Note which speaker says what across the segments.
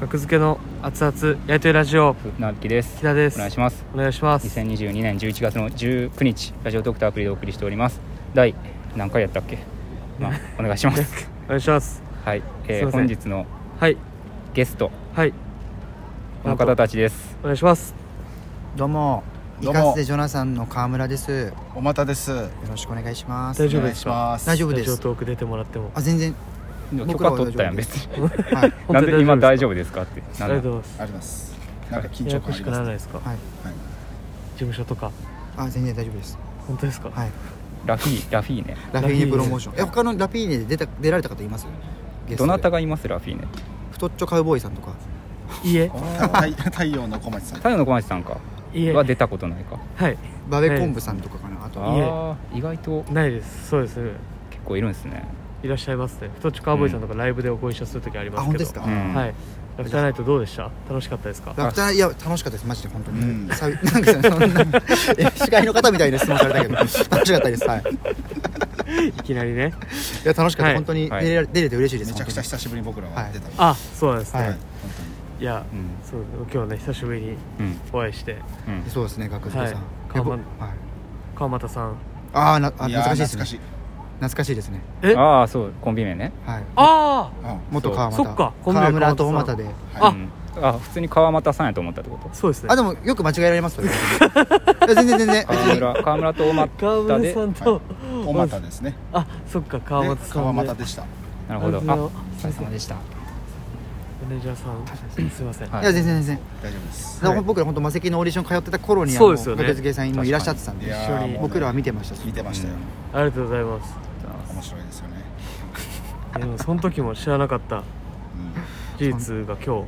Speaker 1: 学付けの熱々やりとりラジオ
Speaker 2: なきです
Speaker 1: 木田です
Speaker 2: お願いします
Speaker 1: お願いします
Speaker 2: 2022年11月の19日ラジオドクターアプリでお送りしております第何回やったっけまあお願いします
Speaker 1: お願いします
Speaker 2: はい、
Speaker 1: す
Speaker 2: え
Speaker 1: い
Speaker 2: ー、
Speaker 1: ません
Speaker 2: 本日の
Speaker 1: はい
Speaker 2: ゲスト
Speaker 1: はい
Speaker 2: この方たちです
Speaker 1: お願いします
Speaker 3: どうもイ
Speaker 4: どうも
Speaker 3: カスでジョナサンの川村ですよ
Speaker 4: お待たです。お
Speaker 3: ろしくお願いします
Speaker 1: 大丈夫
Speaker 4: 願
Speaker 1: で
Speaker 4: い
Speaker 1: す
Speaker 4: し
Speaker 1: か
Speaker 4: ます。
Speaker 3: 大丈夫
Speaker 1: ラ
Speaker 3: で
Speaker 1: ジオ
Speaker 3: す
Speaker 1: トーク出てもらっても
Speaker 3: あ全然
Speaker 2: 許
Speaker 3: 僕ら
Speaker 2: 可
Speaker 3: は
Speaker 2: 取ったやん
Speaker 3: 大
Speaker 2: 別に
Speaker 3: はい
Speaker 2: なんで今大
Speaker 1: 丈
Speaker 2: 丈夫ですかって
Speaker 1: あ
Speaker 2: な
Speaker 1: りが
Speaker 2: ん
Speaker 1: と
Speaker 2: だ
Speaker 1: うございます
Speaker 4: あります。なんか緊
Speaker 1: やや
Speaker 4: 張
Speaker 1: こ
Speaker 4: 感あ
Speaker 1: し
Speaker 4: り
Speaker 1: くな
Speaker 4: ま
Speaker 1: ら
Speaker 4: す。
Speaker 1: ないですか
Speaker 3: はい
Speaker 4: はい
Speaker 1: 事務所とか
Speaker 3: あ全然大丈夫です
Speaker 1: 本当ですか
Speaker 3: はい
Speaker 2: ラフィーラフィーネ
Speaker 3: ラフ
Speaker 1: ラ
Speaker 3: ィー
Speaker 1: フィーネ
Speaker 3: ネプロモーションえ他のラフィーネで出た出られた方いますゲスト
Speaker 2: ど
Speaker 3: で
Speaker 2: なたがいますラフィーネ
Speaker 3: 太っちょカウボーイさんとか
Speaker 1: いいえ
Speaker 4: あー太太陽の小町さん。
Speaker 2: 太陽の小町さんか
Speaker 1: いいえ
Speaker 2: は出たことないか
Speaker 1: はい
Speaker 3: バベコンブさんとかかなあと
Speaker 1: いえ
Speaker 2: ああ意外と
Speaker 1: ないですそうですね
Speaker 2: 結構いるんですね
Speaker 1: いらっしゃいますね太っちょカーボーイさんとかライブでご一緒する時ありま
Speaker 3: あ
Speaker 1: すけ
Speaker 3: 本
Speaker 1: ど
Speaker 3: 当ですか
Speaker 2: うん
Speaker 1: はいラフターナイトどうでした楽しかったですか
Speaker 3: ラフターいや楽しかったですマジで本当に、
Speaker 4: うん
Speaker 3: さ なんかそんなえ司会の方みたいな質問されたけど楽しかったですはいい
Speaker 1: いきなりね
Speaker 3: や楽しかった、
Speaker 1: はい
Speaker 3: 本当に出
Speaker 2: はい
Speaker 3: れ,、出れて嬉しいで
Speaker 4: め
Speaker 3: す
Speaker 4: ちゃくち
Speaker 3: 本
Speaker 4: ゃ久しぶりに僕らは出た。は
Speaker 1: あそうなんですね
Speaker 4: い。
Speaker 3: は
Speaker 4: 本
Speaker 3: い
Speaker 1: いや
Speaker 2: うん
Speaker 1: そう今日ね久しぶりに
Speaker 2: うん
Speaker 1: お会いして
Speaker 2: うん
Speaker 3: 当にそうですね学付けさん、
Speaker 1: はい
Speaker 3: え
Speaker 1: 川
Speaker 3: ぼは
Speaker 1: 村
Speaker 3: い、
Speaker 1: 川俣さん
Speaker 3: あーなあ
Speaker 4: 当に。いや
Speaker 3: 懐かしい
Speaker 4: ー
Speaker 3: ですね
Speaker 4: 懐かしい。
Speaker 3: 懐かしいですね
Speaker 1: え
Speaker 2: ああそうコンビ名ね
Speaker 3: はい
Speaker 1: あ
Speaker 4: うん
Speaker 3: 元川
Speaker 1: そ
Speaker 3: 又
Speaker 1: っかコンビ名
Speaker 3: 川村と
Speaker 1: 川
Speaker 3: 大
Speaker 1: 又さん
Speaker 3: 又で
Speaker 1: あ
Speaker 4: は
Speaker 2: うんあ普通に川俣さんやと思ったってこと
Speaker 1: そうですね
Speaker 3: あでもよく間違えられますそれいや全然全然 別
Speaker 2: 川
Speaker 3: に
Speaker 2: 村川村と大
Speaker 1: 川
Speaker 2: 俣
Speaker 1: 村
Speaker 2: で
Speaker 1: さんと、
Speaker 4: い。小町ですね。
Speaker 1: あそっか川
Speaker 4: で
Speaker 1: 俣さん
Speaker 4: 川又でした。
Speaker 2: なるほど
Speaker 1: あ
Speaker 2: あ
Speaker 3: お疲れ様でしたい
Speaker 1: マネージャーさんすいません、
Speaker 2: はい
Speaker 3: や全然全然
Speaker 4: 大丈夫です。
Speaker 3: だから
Speaker 1: はい
Speaker 3: 僕ら本当マセキのオーディション通ってた頃に
Speaker 1: そうですよね
Speaker 3: 格付けさんもいらっしゃってたん
Speaker 4: い
Speaker 3: で
Speaker 4: や
Speaker 1: 一緒に
Speaker 4: ーもうね
Speaker 3: 僕らは見てましたし
Speaker 4: 見てましたよ。
Speaker 1: ありがとうございます
Speaker 4: 面白いですよね。
Speaker 1: でもその時も知らなかった
Speaker 4: うん
Speaker 1: 事実が今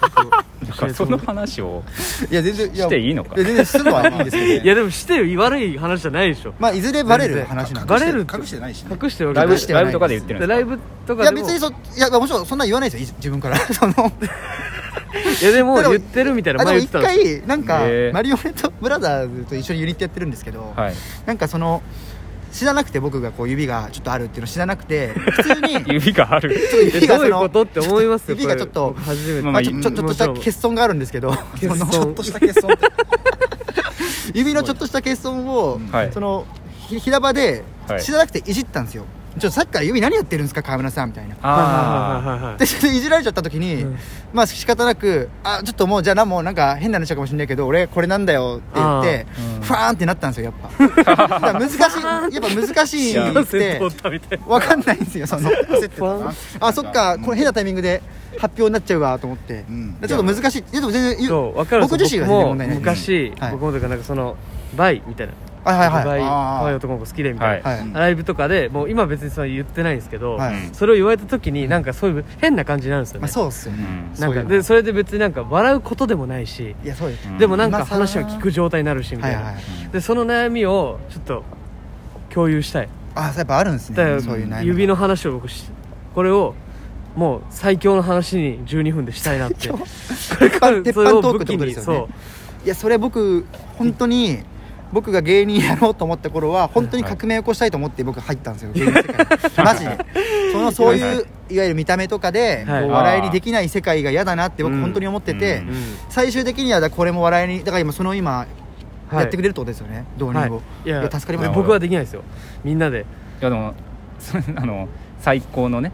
Speaker 2: なん
Speaker 1: 日
Speaker 2: かその話を
Speaker 3: いや全然や
Speaker 2: していいのか
Speaker 3: や全然すぐはいいですけど
Speaker 1: いやでもしてよ悪い話じゃないでしょ
Speaker 3: まあいずれバレる話なんで
Speaker 1: バレる
Speaker 4: 隠してないしね。
Speaker 1: 隠してる
Speaker 2: ライ
Speaker 1: わ
Speaker 2: ブ
Speaker 1: け
Speaker 3: して
Speaker 2: ライブとかで言ってるん
Speaker 1: で
Speaker 2: で
Speaker 1: ラ
Speaker 2: す
Speaker 1: イ
Speaker 2: か
Speaker 1: ブと
Speaker 3: い
Speaker 1: か
Speaker 3: や
Speaker 1: でも
Speaker 3: 別にそいやもちろんそんな言わないですよい自分からその
Speaker 1: いやでも
Speaker 3: だから
Speaker 1: 言ってるみたいな
Speaker 3: あでも
Speaker 1: 前言っ
Speaker 3: 一
Speaker 1: てたんですよ
Speaker 3: 回なんか
Speaker 2: へー
Speaker 3: マリオネットブラザーズと一緒にユニットやってるんですけど
Speaker 2: はい
Speaker 3: なんかその知らなくて僕がこう指がちょっとあるっていうの知らなくて普 通に
Speaker 2: 指がある
Speaker 1: え
Speaker 3: 指
Speaker 1: どう
Speaker 3: がそ
Speaker 1: いう
Speaker 3: の
Speaker 1: ことって思いますよ
Speaker 3: 指がちょっと
Speaker 1: これ初めて、
Speaker 2: まあ
Speaker 3: まあ、ちょ
Speaker 2: い
Speaker 3: ちょちょっとした欠損があるんですけど
Speaker 1: 欠損
Speaker 3: そ
Speaker 4: ちょ
Speaker 3: の
Speaker 4: っとした欠損って。
Speaker 3: 指のちょっとした欠損を、
Speaker 2: はい
Speaker 3: そのひ平場で
Speaker 2: はい
Speaker 3: 知らなくていじったんですよ、ちょっとさっきから指何やってるんですか川村さんみたいな
Speaker 1: はいは
Speaker 2: あ
Speaker 1: いはいはい
Speaker 3: でそれでいじられちゃった時に、
Speaker 1: うん
Speaker 3: まあ仕方なくあちょっともうじゃあなもうなんか変な話かもしれないけど俺これなんだよって言って
Speaker 2: あーうん
Speaker 3: ファーンってなったんですよやっぱ だから難しいやっぱ難しい
Speaker 2: 幸
Speaker 3: っ
Speaker 1: せ
Speaker 3: て
Speaker 1: 通ったみたいな
Speaker 3: わかんないんですよその
Speaker 4: 焦ってたな。
Speaker 3: あそっか、この変
Speaker 4: だ。
Speaker 3: なタイミングで発表になっちゃうわと思って、
Speaker 4: うん
Speaker 3: でちょっと難しいいやでも全然
Speaker 1: そう分かるんです
Speaker 3: 僕自身は全
Speaker 1: 僕も
Speaker 3: 然問題ない
Speaker 1: 昔、
Speaker 3: はい
Speaker 1: 僕もというかなんかそのバイみたいな
Speaker 3: はいはいはい
Speaker 1: バイ
Speaker 4: あー
Speaker 1: 可愛い男の子好きでみたいな、
Speaker 2: はい
Speaker 3: はい、
Speaker 4: うん
Speaker 1: ライブとかでもう今別にそれ言ってないんですけど、
Speaker 3: はい
Speaker 2: うん
Speaker 1: それを言われた時になんかそういう変な感じになるんですよ
Speaker 3: ま
Speaker 1: ね
Speaker 3: あ、そうっすよ
Speaker 2: う
Speaker 3: ね、
Speaker 2: ん
Speaker 1: なん
Speaker 3: そう
Speaker 1: か
Speaker 3: いうの
Speaker 1: でそれで別になんか笑うことでもないし、
Speaker 3: いやそうです、
Speaker 2: うん
Speaker 1: でもなんか
Speaker 3: 今更
Speaker 1: 話を聞く状態になるしみた
Speaker 3: は
Speaker 1: い
Speaker 3: い
Speaker 1: な、
Speaker 3: はい
Speaker 1: でその悩みをちょっと共有したい
Speaker 3: あやっぱあるんです
Speaker 1: だから
Speaker 3: ねそういう悩み
Speaker 1: 指の話を僕しこれをもう最強の話に12分でしたいな ってこれから
Speaker 3: 鉄板
Speaker 1: それを
Speaker 3: トー
Speaker 1: 武
Speaker 3: クっ
Speaker 1: 器
Speaker 3: てこと
Speaker 1: に
Speaker 3: ですよね
Speaker 1: そう
Speaker 3: いやそれ僕本当に僕が芸人やろうと思った頃は本当に革命起こしたいと思って僕入ったんですよ芸人の世界にマジでそのそう
Speaker 2: はい
Speaker 3: いういわゆる見た目とかで、
Speaker 1: はい
Speaker 3: こう笑いにできない世界が嫌だなって僕
Speaker 1: うん
Speaker 3: 本当に思ってて、
Speaker 2: うん
Speaker 1: うん
Speaker 3: 最終的にはだからこれも笑いにだから今その今
Speaker 1: はい
Speaker 3: やってくれるってことですよね、導入を、
Speaker 1: いや
Speaker 3: 助かります
Speaker 1: で
Speaker 2: なるほど
Speaker 1: 僕はできないですよみんなで
Speaker 2: いやでも そあの最高のね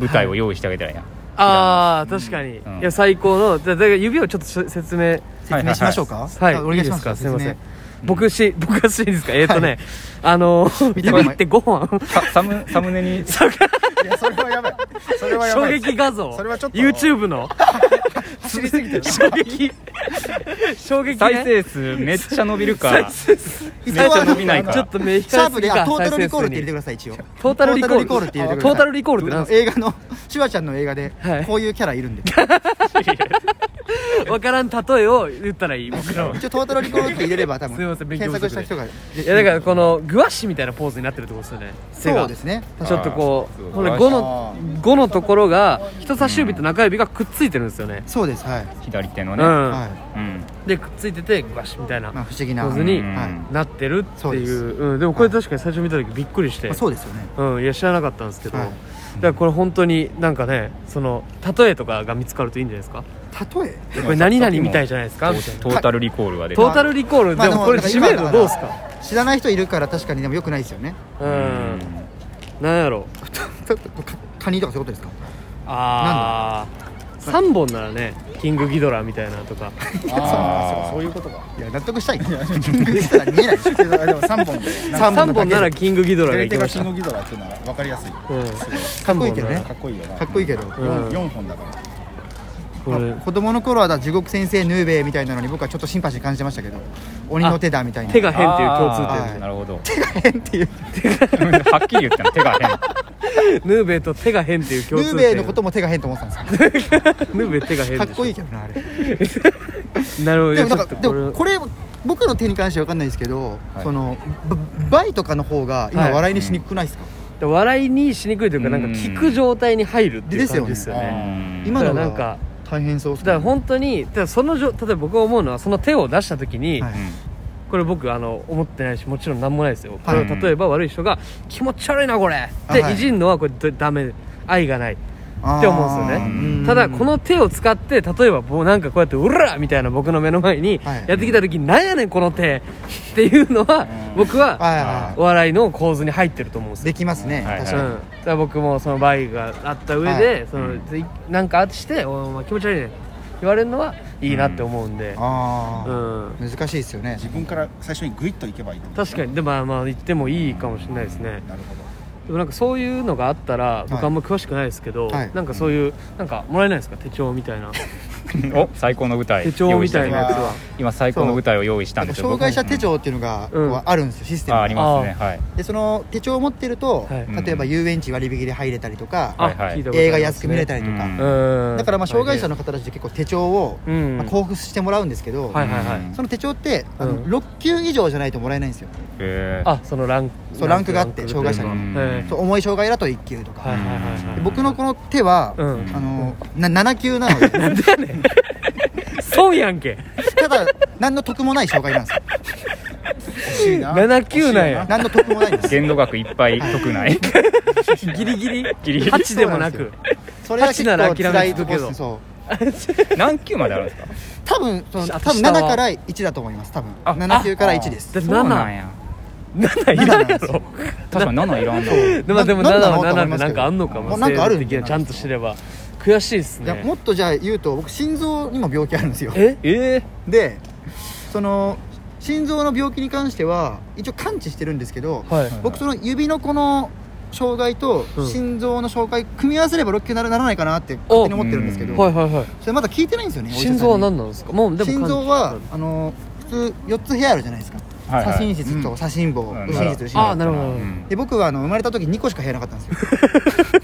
Speaker 2: 舞台を用意してあげたらいいな
Speaker 1: ああ確かに、
Speaker 2: うん
Speaker 1: いや最高のだだから指をちょっとし説明
Speaker 3: 説明しましょうか、
Speaker 1: はい
Speaker 3: あお願いし
Speaker 1: で
Speaker 3: ま
Speaker 1: すすかすい
Speaker 3: 説
Speaker 1: ま
Speaker 3: 明
Speaker 1: せん僕し 僕がしていいですかえっ、とね、
Speaker 3: は
Speaker 1: あの
Speaker 3: 見てもらえ
Speaker 1: 指ってご飯
Speaker 2: さサムサムネ に
Speaker 4: いやそれはやばい。それはや
Speaker 1: 衝
Speaker 4: ばい。
Speaker 1: 撃画像
Speaker 4: それはちょっと
Speaker 1: YouTube の
Speaker 4: 走りすぎてる。
Speaker 1: 衝撃衝撃、ね、
Speaker 2: 再生数めっちゃ伸びるから
Speaker 3: 一
Speaker 2: めっ
Speaker 3: 応
Speaker 2: ちゃ
Speaker 3: は
Speaker 2: 伸びないか
Speaker 1: ちょ
Speaker 2: ら
Speaker 1: っと目
Speaker 3: シ
Speaker 1: 光
Speaker 3: ャ
Speaker 1: ら
Speaker 3: ー
Speaker 1: す
Speaker 3: プ
Speaker 1: ぎ
Speaker 3: で
Speaker 1: か
Speaker 3: あトータルリコールって入れて
Speaker 1: 再
Speaker 3: ください一応
Speaker 1: トータルリコール
Speaker 3: トータルリコールって入れてください
Speaker 1: トータルリコールってなんです
Speaker 3: 映画のシュワちゃんの映画で
Speaker 1: はい
Speaker 3: こういうキャラいるんで、
Speaker 1: かわからん例えを言ったらいい僕らは
Speaker 3: 一応トータルリコールって入れれば多 分
Speaker 1: すいません勉強
Speaker 3: 検
Speaker 1: 不
Speaker 3: 索
Speaker 1: 足
Speaker 3: した人が
Speaker 1: いやだから
Speaker 3: の
Speaker 1: このグワッシュみたいなポーズになってるってことですよね手が
Speaker 3: そうですね
Speaker 1: ちょっとこ
Speaker 2: あ
Speaker 1: う
Speaker 2: ー
Speaker 1: ほら
Speaker 2: グワ
Speaker 1: 5
Speaker 2: ッシュ
Speaker 1: の5のところが人差し指と中指がくっついてるんですよね
Speaker 3: そうですはい、
Speaker 2: 左手の
Speaker 1: う
Speaker 2: ね
Speaker 1: ん、
Speaker 3: はい
Speaker 2: うん
Speaker 1: でくっついててグワッシュみたいな
Speaker 3: まあ、不思議な
Speaker 1: 上手に
Speaker 2: うん
Speaker 3: はい
Speaker 1: なっってるって
Speaker 3: そう
Speaker 1: い
Speaker 3: で
Speaker 1: う
Speaker 3: す
Speaker 1: うん、でもこれ確かに最初見た時びっくりして、
Speaker 3: まあそうですよね
Speaker 1: うん、いや知らなかったんですけど、
Speaker 3: はい
Speaker 1: だからこれ本当になんかねその例えとかが見つかるといいんじゃないですか
Speaker 3: 例え
Speaker 1: これ何々みたいじゃないですかみたいな
Speaker 2: トータルリコールが出て
Speaker 1: トータルリコール、
Speaker 3: まあ
Speaker 1: で
Speaker 3: で
Speaker 1: も
Speaker 3: も
Speaker 1: これ
Speaker 3: なんか
Speaker 1: 知
Speaker 3: 今
Speaker 1: 名度どうすか
Speaker 3: 知らない人いるから確かにでもよくないですよね
Speaker 1: うんなんやろ
Speaker 3: ちょっとかカニとかそういうことですか
Speaker 1: ああ3本ならねキングギドラみたいなとか
Speaker 4: ああそういうことか
Speaker 3: いや納得し たいしたら見えない
Speaker 4: けどでも3本で
Speaker 3: 三本
Speaker 1: 3本ならキングギドラが
Speaker 4: 左
Speaker 1: いけ
Speaker 4: 手
Speaker 1: ま
Speaker 4: が
Speaker 1: し
Speaker 4: キ
Speaker 1: た
Speaker 4: ングギドラっていうのは分かりやすい
Speaker 1: 3
Speaker 3: かっこいいけどね
Speaker 4: かっこいいよな
Speaker 3: かっこいいけど
Speaker 1: うん
Speaker 4: 4本だから
Speaker 1: これ
Speaker 3: まあ子供の頃はだ地獄先生ヌーベイみたいなのに僕はちょっとシンパシー感じてましたけど鬼の手だみたいな
Speaker 1: 手が変っていう共通
Speaker 3: あ
Speaker 1: 点
Speaker 3: ー
Speaker 2: なるほど
Speaker 3: 変っていう
Speaker 2: はっきり言ったの手が変
Speaker 1: ヌーベイと手が変っていう
Speaker 3: ヌ
Speaker 1: 共通
Speaker 3: ー
Speaker 1: 点
Speaker 3: ベイのことも手が変と思ってたんですよ
Speaker 1: ヌーベイ手が変でし
Speaker 3: か
Speaker 1: ょ
Speaker 3: っこいいけどなあれ
Speaker 1: なるほど
Speaker 3: でも
Speaker 1: ちょ
Speaker 3: なん
Speaker 1: っと
Speaker 3: か
Speaker 1: こ
Speaker 3: で
Speaker 1: れ
Speaker 3: もこれ僕の手に関しては分かんないですけど、
Speaker 4: はい
Speaker 3: そのババイとかの方が今
Speaker 1: はい
Speaker 3: 笑いにしにくくないですか、
Speaker 1: 笑いにしにくいというかなんか
Speaker 2: うん
Speaker 1: 聞く状態に入るっていう感じですよ
Speaker 4: ですよ
Speaker 1: ね
Speaker 4: ね
Speaker 3: 今の
Speaker 1: だからなん
Speaker 3: が
Speaker 1: か
Speaker 3: 大変そうっす
Speaker 1: だ
Speaker 3: ね
Speaker 1: から本当にだからその状例えば僕が思うのはその手を出した時に、
Speaker 3: はい
Speaker 1: これ僕あの思ってないしもちろん何もないですよ、
Speaker 3: はい
Speaker 1: これを例えば悪い人が「気持ち悪いなこれ!」っ
Speaker 3: あは
Speaker 1: て
Speaker 3: い
Speaker 1: いじんのはこれどダメ愛がない
Speaker 3: あー
Speaker 1: って思うんですよね
Speaker 3: う
Speaker 1: ただこの手を使って例えばもうなんかこうやって「うら!」みたいな僕の目の前に
Speaker 3: はい
Speaker 1: やってきた時に「なんやねんこの手!」っていうのは僕は
Speaker 3: はいはい
Speaker 1: お笑いの構図に入ってると思うんですよ
Speaker 3: できますね、
Speaker 2: はい
Speaker 3: 確
Speaker 1: う
Speaker 3: かに、
Speaker 1: ん、だから僕もそのバイがあった上で、
Speaker 3: は
Speaker 1: その
Speaker 2: うん
Speaker 1: でなんかあってして「お前気持ち悪いね」言われるのはいいなって思うんで、
Speaker 3: あ
Speaker 1: う
Speaker 3: あ、
Speaker 1: ん
Speaker 3: 難しいですよね
Speaker 4: 自分から最初にグイッといけばいいってこと
Speaker 1: 確かにでもまあまあ言ってもいいかもしれないですね
Speaker 4: なるほど
Speaker 1: でもなんかそういうのがあったら僕あんま詳しくないですけど、
Speaker 3: はい
Speaker 1: なんかそういうなんかもらえないですか手帳みたいな
Speaker 2: うん お最高の舞台
Speaker 1: 手帳みたいなやつ
Speaker 4: 用意
Speaker 1: は
Speaker 4: し
Speaker 2: 今最高の舞台を用意した
Speaker 3: なん
Speaker 2: ん
Speaker 3: か
Speaker 2: ですよ
Speaker 3: 障害者
Speaker 2: 僕も
Speaker 3: 手帳っていうのが、
Speaker 1: うん
Speaker 3: こうあるんですよシステム
Speaker 2: あ
Speaker 3: が
Speaker 2: ありますねはい
Speaker 3: でその手帳を持ってると、
Speaker 1: はい
Speaker 3: 例えば遊園地割引で入れたりとか、
Speaker 1: あ、
Speaker 2: はいはい
Speaker 1: 聞いたことありますね
Speaker 3: 映画安く見れたりとか、
Speaker 2: うん
Speaker 1: うん
Speaker 3: だからまあ障害者の方たちって結構手帳を、
Speaker 1: うん、
Speaker 3: まあ、交付してもらうんですけど、
Speaker 1: はいはいはい
Speaker 3: その手帳って、あの
Speaker 1: うん
Speaker 3: 6級以上じゃないともらえないんですよ
Speaker 2: へー
Speaker 1: あそのランク
Speaker 3: そうランクがあって障害者に
Speaker 1: ランクというか
Speaker 3: そう重い障害だと1級とか、
Speaker 1: はいはいはいはいはい
Speaker 3: で僕のこの手は、
Speaker 1: うん
Speaker 3: あのな7級なの で
Speaker 1: 損やんけ
Speaker 3: ただ何の得もない障害な んですよ
Speaker 4: 惜しいな
Speaker 1: 79なんや
Speaker 3: 何の得もな いんですよ
Speaker 2: 限度額いっぱい得ない
Speaker 1: ギリギリ
Speaker 2: ギリギリ
Speaker 1: 8でもなく
Speaker 3: それは結構
Speaker 1: 八なら
Speaker 3: 辛
Speaker 1: 諦め
Speaker 3: い
Speaker 1: とく
Speaker 3: とこ
Speaker 1: け
Speaker 3: で
Speaker 1: ど
Speaker 3: すそう
Speaker 2: 何級まであるんですか
Speaker 3: 多分その
Speaker 1: あと
Speaker 3: 多分
Speaker 1: 下は
Speaker 3: 7から1だと思います多分
Speaker 2: あ
Speaker 3: 7級から1です
Speaker 1: で
Speaker 2: そうなん
Speaker 1: 77
Speaker 2: や
Speaker 1: いらんやろ
Speaker 2: 確かに7いらんのへ
Speaker 1: でもでも7
Speaker 3: な
Speaker 1: は
Speaker 3: なんな
Speaker 1: 7
Speaker 3: の
Speaker 1: ってなんかあんのかも
Speaker 3: あなんかあるん
Speaker 1: 制度的
Speaker 3: じゃ
Speaker 1: な
Speaker 3: ない
Speaker 1: ちゃんと知れば悔しいっす
Speaker 3: いや
Speaker 1: ね
Speaker 3: もっとじゃあ言うと僕心臓にも病気あるんですよ
Speaker 1: え
Speaker 2: え
Speaker 3: でその心臓の病気に関しては一応完治してるんですけど、
Speaker 1: はい
Speaker 3: 僕その指のこの障害と
Speaker 1: うん
Speaker 3: 心臓の障害組み合わせれば6級ならならないかなって勝手に思ってるんですけど、
Speaker 1: はいはいはい
Speaker 3: それまだ聞いてないんですよねお医者さん
Speaker 1: 心
Speaker 3: に
Speaker 1: 臓は何なんですかもうでも
Speaker 3: 心臓はあの普通4つ部屋あるじゃないですか、
Speaker 2: はいはい
Speaker 3: 左心室
Speaker 4: う
Speaker 3: と
Speaker 4: ん
Speaker 3: 左心房、
Speaker 2: うん
Speaker 3: 右心室右心
Speaker 1: ああ
Speaker 3: 房
Speaker 1: なるほど
Speaker 2: うん
Speaker 3: で僕はあの生まれた時2個しか部屋なかったんで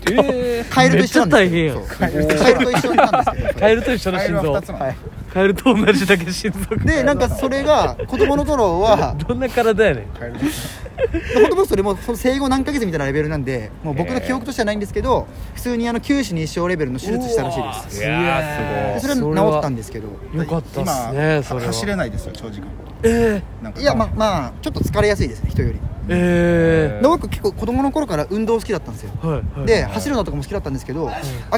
Speaker 3: すよ
Speaker 2: え
Speaker 3: カエルと一緒なんです
Speaker 1: めっち
Speaker 3: よそうカエルと一緒なんですけど
Speaker 1: カエルと一緒の
Speaker 4: カエル
Speaker 1: 心
Speaker 4: は
Speaker 1: 臓
Speaker 4: 2つなの
Speaker 1: カエルと同じだけ心臓が
Speaker 3: でなんかそれが子供の 頃は
Speaker 1: どんな体やねん
Speaker 4: カエル
Speaker 3: ほとんどそれもうその生後何ヶ月みたいなレベルなんでもう僕の記憶としてはないんですけど普通にあの九死に一生レベルの手術したらしいです
Speaker 2: いやー
Speaker 3: ですそ
Speaker 2: ごい
Speaker 1: そ
Speaker 3: れ
Speaker 1: れ
Speaker 3: は
Speaker 1: は
Speaker 3: 治ったんですけど
Speaker 1: よかったっ
Speaker 4: 今
Speaker 1: すねそれは
Speaker 4: 走れないですよ長時間
Speaker 1: え
Speaker 4: なんか
Speaker 3: いやまあまあちょっと疲れやすいですね人より
Speaker 1: ーえ
Speaker 3: で僕結構子供の頃から運動好きだったんですよ
Speaker 1: ーはいはい
Speaker 3: で走るのとかも好きだったんですけど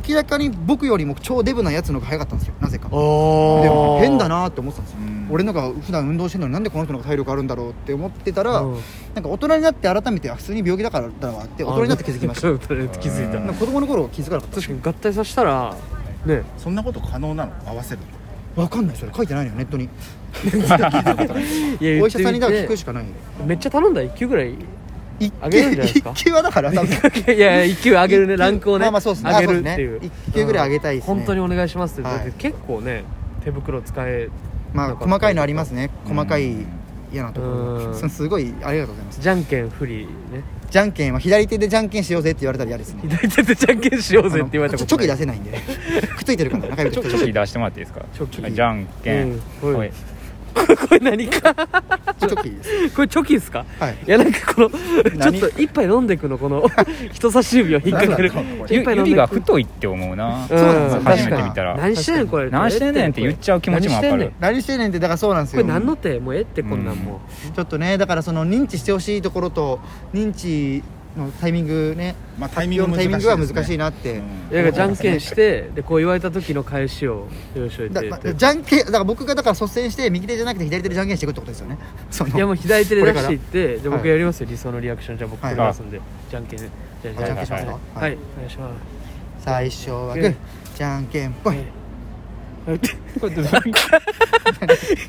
Speaker 3: 明らかに僕よりも超デブなやつの方が早かったんですよなぜか
Speaker 1: あ
Speaker 3: で
Speaker 1: ー
Speaker 3: 変だなって思ってたんですよ
Speaker 4: うん
Speaker 3: 俺のが普段運動してるのになんでこの人の方が体力あるんだろうって思ってたら、
Speaker 1: うん
Speaker 3: なんか大人になって改めてあ普通に病気だからだわって大人になって気づきました
Speaker 1: あ大人になって気づいた
Speaker 3: なんか子供の頃気づかなかった
Speaker 1: 確かに合体させたらね
Speaker 4: そんなこと可能なの合わせる
Speaker 3: わかんないそれ書いてないのよネットに
Speaker 1: いや
Speaker 3: お医者さんにだから
Speaker 1: 言ってみて
Speaker 3: 聞くしかない
Speaker 1: めっちゃ頼んだ1級ぐらい
Speaker 3: 一
Speaker 1: あげるんじゃないです
Speaker 3: 級
Speaker 1: か
Speaker 3: 一級はだか ら多分
Speaker 1: いやいや1級上げるね
Speaker 3: 一級
Speaker 1: ランクをね
Speaker 3: まあまあそうっすね
Speaker 1: 上げるっていう
Speaker 3: あそうっすね一級ぐらい上げたいっすね
Speaker 1: うん本当にお願いしますって
Speaker 3: はい
Speaker 1: だって結構ね手袋使え
Speaker 3: まあ細かいのありますね細か
Speaker 2: う
Speaker 3: い
Speaker 2: ん
Speaker 3: 嫌なとこ
Speaker 1: う
Speaker 3: ろ
Speaker 1: ん
Speaker 3: すすごいありがとうございます
Speaker 1: じゃんけん不利ね
Speaker 3: じゃんけんは左手でじゃんけんしようぜって言われたら嫌ですね
Speaker 1: 左手でじゃんけんしようぜって言われた
Speaker 3: ち
Speaker 1: こ
Speaker 3: ょチョ
Speaker 1: と
Speaker 3: キ
Speaker 1: ない
Speaker 3: 出せ ないんでくっついてるから仲良く
Speaker 2: チョキ出してもらっていいですか
Speaker 1: チョキ
Speaker 2: じゃんけん
Speaker 1: うん
Speaker 2: ほい
Speaker 1: はい これ何か
Speaker 3: ちょっといいです
Speaker 1: これチョキですか
Speaker 3: はい
Speaker 1: いやなんかこのちょっと一杯飲んでいくのこの 人差し指を引っ掛ける
Speaker 4: なんだろうこ
Speaker 1: 一杯飲んで
Speaker 2: 指
Speaker 1: い
Speaker 2: が
Speaker 1: く
Speaker 2: 太いって思うな
Speaker 1: うん
Speaker 3: そうなんです
Speaker 1: 確
Speaker 3: よ初め
Speaker 1: か
Speaker 3: て
Speaker 1: に
Speaker 3: 見
Speaker 2: たら
Speaker 1: 何してんねんこれ
Speaker 2: 何してんねんって言っちゃう気持ちもわか
Speaker 1: 何してんね
Speaker 2: る
Speaker 1: ん
Speaker 3: 何してんねんってだからそうなんです
Speaker 1: こ
Speaker 3: よ
Speaker 1: れ何の手もうええってこんなんも
Speaker 3: ちょっとねだからその認知してほしいところと認知のタイミングね
Speaker 4: まあタイミング難しい
Speaker 3: タイミングは難しい
Speaker 4: な
Speaker 3: なって、
Speaker 1: うだからじゃんけんしてでこう言われた時の返しを用意しとい
Speaker 3: だ
Speaker 1: て
Speaker 3: ま
Speaker 1: って
Speaker 3: じゃんけんだから僕がだから率先して右手じゃなくて左手でじゃんけんしていくってことですよね その
Speaker 1: いやもう左手で
Speaker 3: これ
Speaker 1: 出
Speaker 3: か
Speaker 1: し
Speaker 3: ら
Speaker 1: ていってじゃあ
Speaker 3: は
Speaker 1: 僕
Speaker 3: い
Speaker 1: やりますよ理想のリアクションじゃあ僕
Speaker 3: はい
Speaker 1: 取りますんでじゃんけんねじゃあ
Speaker 3: あじゃんけん
Speaker 2: ん
Speaker 3: しますか
Speaker 1: はいはいお願いします
Speaker 3: 最初はグ
Speaker 1: グー
Speaker 3: ーじゃんけんぽい
Speaker 2: これどういう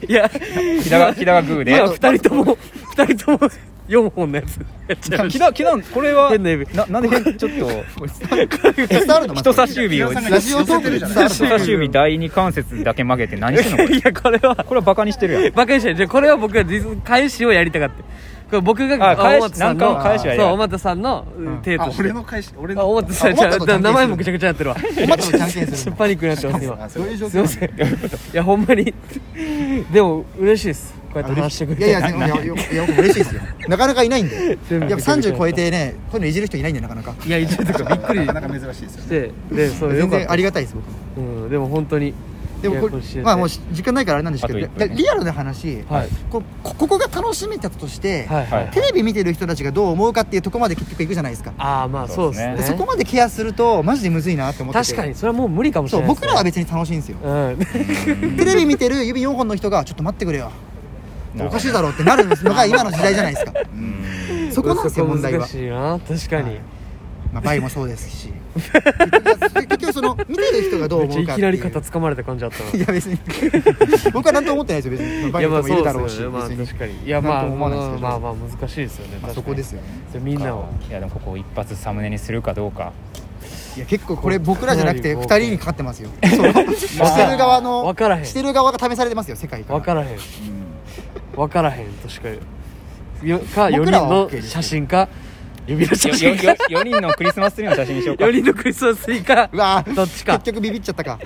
Speaker 1: いや
Speaker 2: 木田が木田がグーで
Speaker 1: 今二人とも二人とも四本のやつやっちゃいまし
Speaker 2: 木
Speaker 1: た
Speaker 2: 田木田これは
Speaker 1: 変な指
Speaker 2: ななんで変ちょっ と
Speaker 3: 伝わるの
Speaker 2: 人差し指を
Speaker 4: 人
Speaker 3: ラジオトークで伝わる
Speaker 2: 人差し指第二関節だけ曲げて何してんのこれ
Speaker 1: いやこれは
Speaker 2: これはバカにしてるやん
Speaker 1: バカにしたいじゃあこれは僕がディズ返しをやりたかったこれ僕が
Speaker 2: あ返し
Speaker 1: お松さん
Speaker 2: なん
Speaker 1: の
Speaker 2: かを返しはや
Speaker 1: そ
Speaker 2: りた
Speaker 1: う
Speaker 2: い
Speaker 1: おまたさんのうん手と
Speaker 4: あ
Speaker 1: して
Speaker 4: 俺の返し俺
Speaker 1: あ
Speaker 4: の
Speaker 1: おまたさん
Speaker 3: あ
Speaker 1: じゃ
Speaker 3: おまたと関係す
Speaker 1: あ
Speaker 3: る
Speaker 1: 名前もぐちゃぐちゃやってるわ
Speaker 3: お待ちとじゃんけんするの
Speaker 1: パニックになってます今
Speaker 4: あ
Speaker 1: す
Speaker 4: そういう状
Speaker 1: いませんいやほんまにでも嬉しいですこうやって話してくれ
Speaker 3: い
Speaker 1: て
Speaker 3: やいやいやいやいやいや嬉しいですよなかなかいないんでや
Speaker 1: 全
Speaker 3: っ
Speaker 1: 部
Speaker 3: ぱ30超えてねこういうのいじる人いないんでなかなか
Speaker 1: いや一応とかびっくり
Speaker 4: なかなか珍しい ですよ
Speaker 1: し
Speaker 4: ね
Speaker 1: てでそうよ
Speaker 3: 全
Speaker 1: かっ
Speaker 3: 然あ
Speaker 1: た
Speaker 3: りがたいです僕
Speaker 1: うんでも本当に
Speaker 3: でもこ
Speaker 1: いや教え
Speaker 3: れ
Speaker 1: て
Speaker 3: まあもう時間ないからあれなんですけど
Speaker 2: あと
Speaker 3: だ
Speaker 2: 一分ね
Speaker 3: リアルな話
Speaker 1: はい
Speaker 3: ここここが楽しめたとして
Speaker 1: はいは
Speaker 2: はいい
Speaker 3: テレビ見てる人たちがどう思うかっていうとこまで結局いくじゃないですか
Speaker 1: ああまあそうです
Speaker 2: そう
Speaker 1: ね
Speaker 2: で
Speaker 3: そこまでケアするとマジでむずいなって思ってて
Speaker 1: 確かにそれはもう無理かもし
Speaker 3: そ
Speaker 1: れ
Speaker 3: う
Speaker 1: ないです
Speaker 3: 僕
Speaker 1: ね
Speaker 3: らは別に楽しいんですよテレビ見てる指4本の人がちょっと待ってくれよおかしいだろうってなるのが今の時代じゃないですか
Speaker 2: うん
Speaker 1: う
Speaker 3: そこなんです よ
Speaker 1: そ
Speaker 3: 問題は
Speaker 1: 難しいな確かに
Speaker 3: はいまあ、バイもそうです し結局その見てる人がどう
Speaker 1: めっち
Speaker 3: 思
Speaker 1: ゃ
Speaker 3: う
Speaker 1: い
Speaker 3: か
Speaker 1: き
Speaker 3: ってい
Speaker 1: な
Speaker 3: う
Speaker 1: り肩つかまれた感じあったない
Speaker 3: や別に僕は何とも思ってないですよ別にバイもいるだろうし
Speaker 1: よねまあ
Speaker 3: 別に
Speaker 1: 確かにいやま
Speaker 3: なん
Speaker 1: あ
Speaker 3: とも思わないですけど
Speaker 1: まあまあ難しいですよね確か
Speaker 3: まあ
Speaker 1: に
Speaker 3: そこですよね
Speaker 1: でみんなを
Speaker 2: いやでもここを一発サムネにするかどうか
Speaker 3: いや結構これ僕らじゃなくて
Speaker 1: か
Speaker 3: 2
Speaker 1: なり
Speaker 3: 人にかかってますよその してる側の
Speaker 1: 分からへん
Speaker 3: してる側が試されてますよ世界から
Speaker 1: 分からへん分からへん確かによか4
Speaker 3: 僕
Speaker 1: 人
Speaker 3: らは OK
Speaker 1: の
Speaker 3: ですよ
Speaker 1: 写真か指の写真か
Speaker 2: 4人のクリスマスツリーの写真にしようか
Speaker 1: 4人のクリスマスイカ
Speaker 3: うわー
Speaker 1: どっちか
Speaker 3: 結局ビビっちゃったか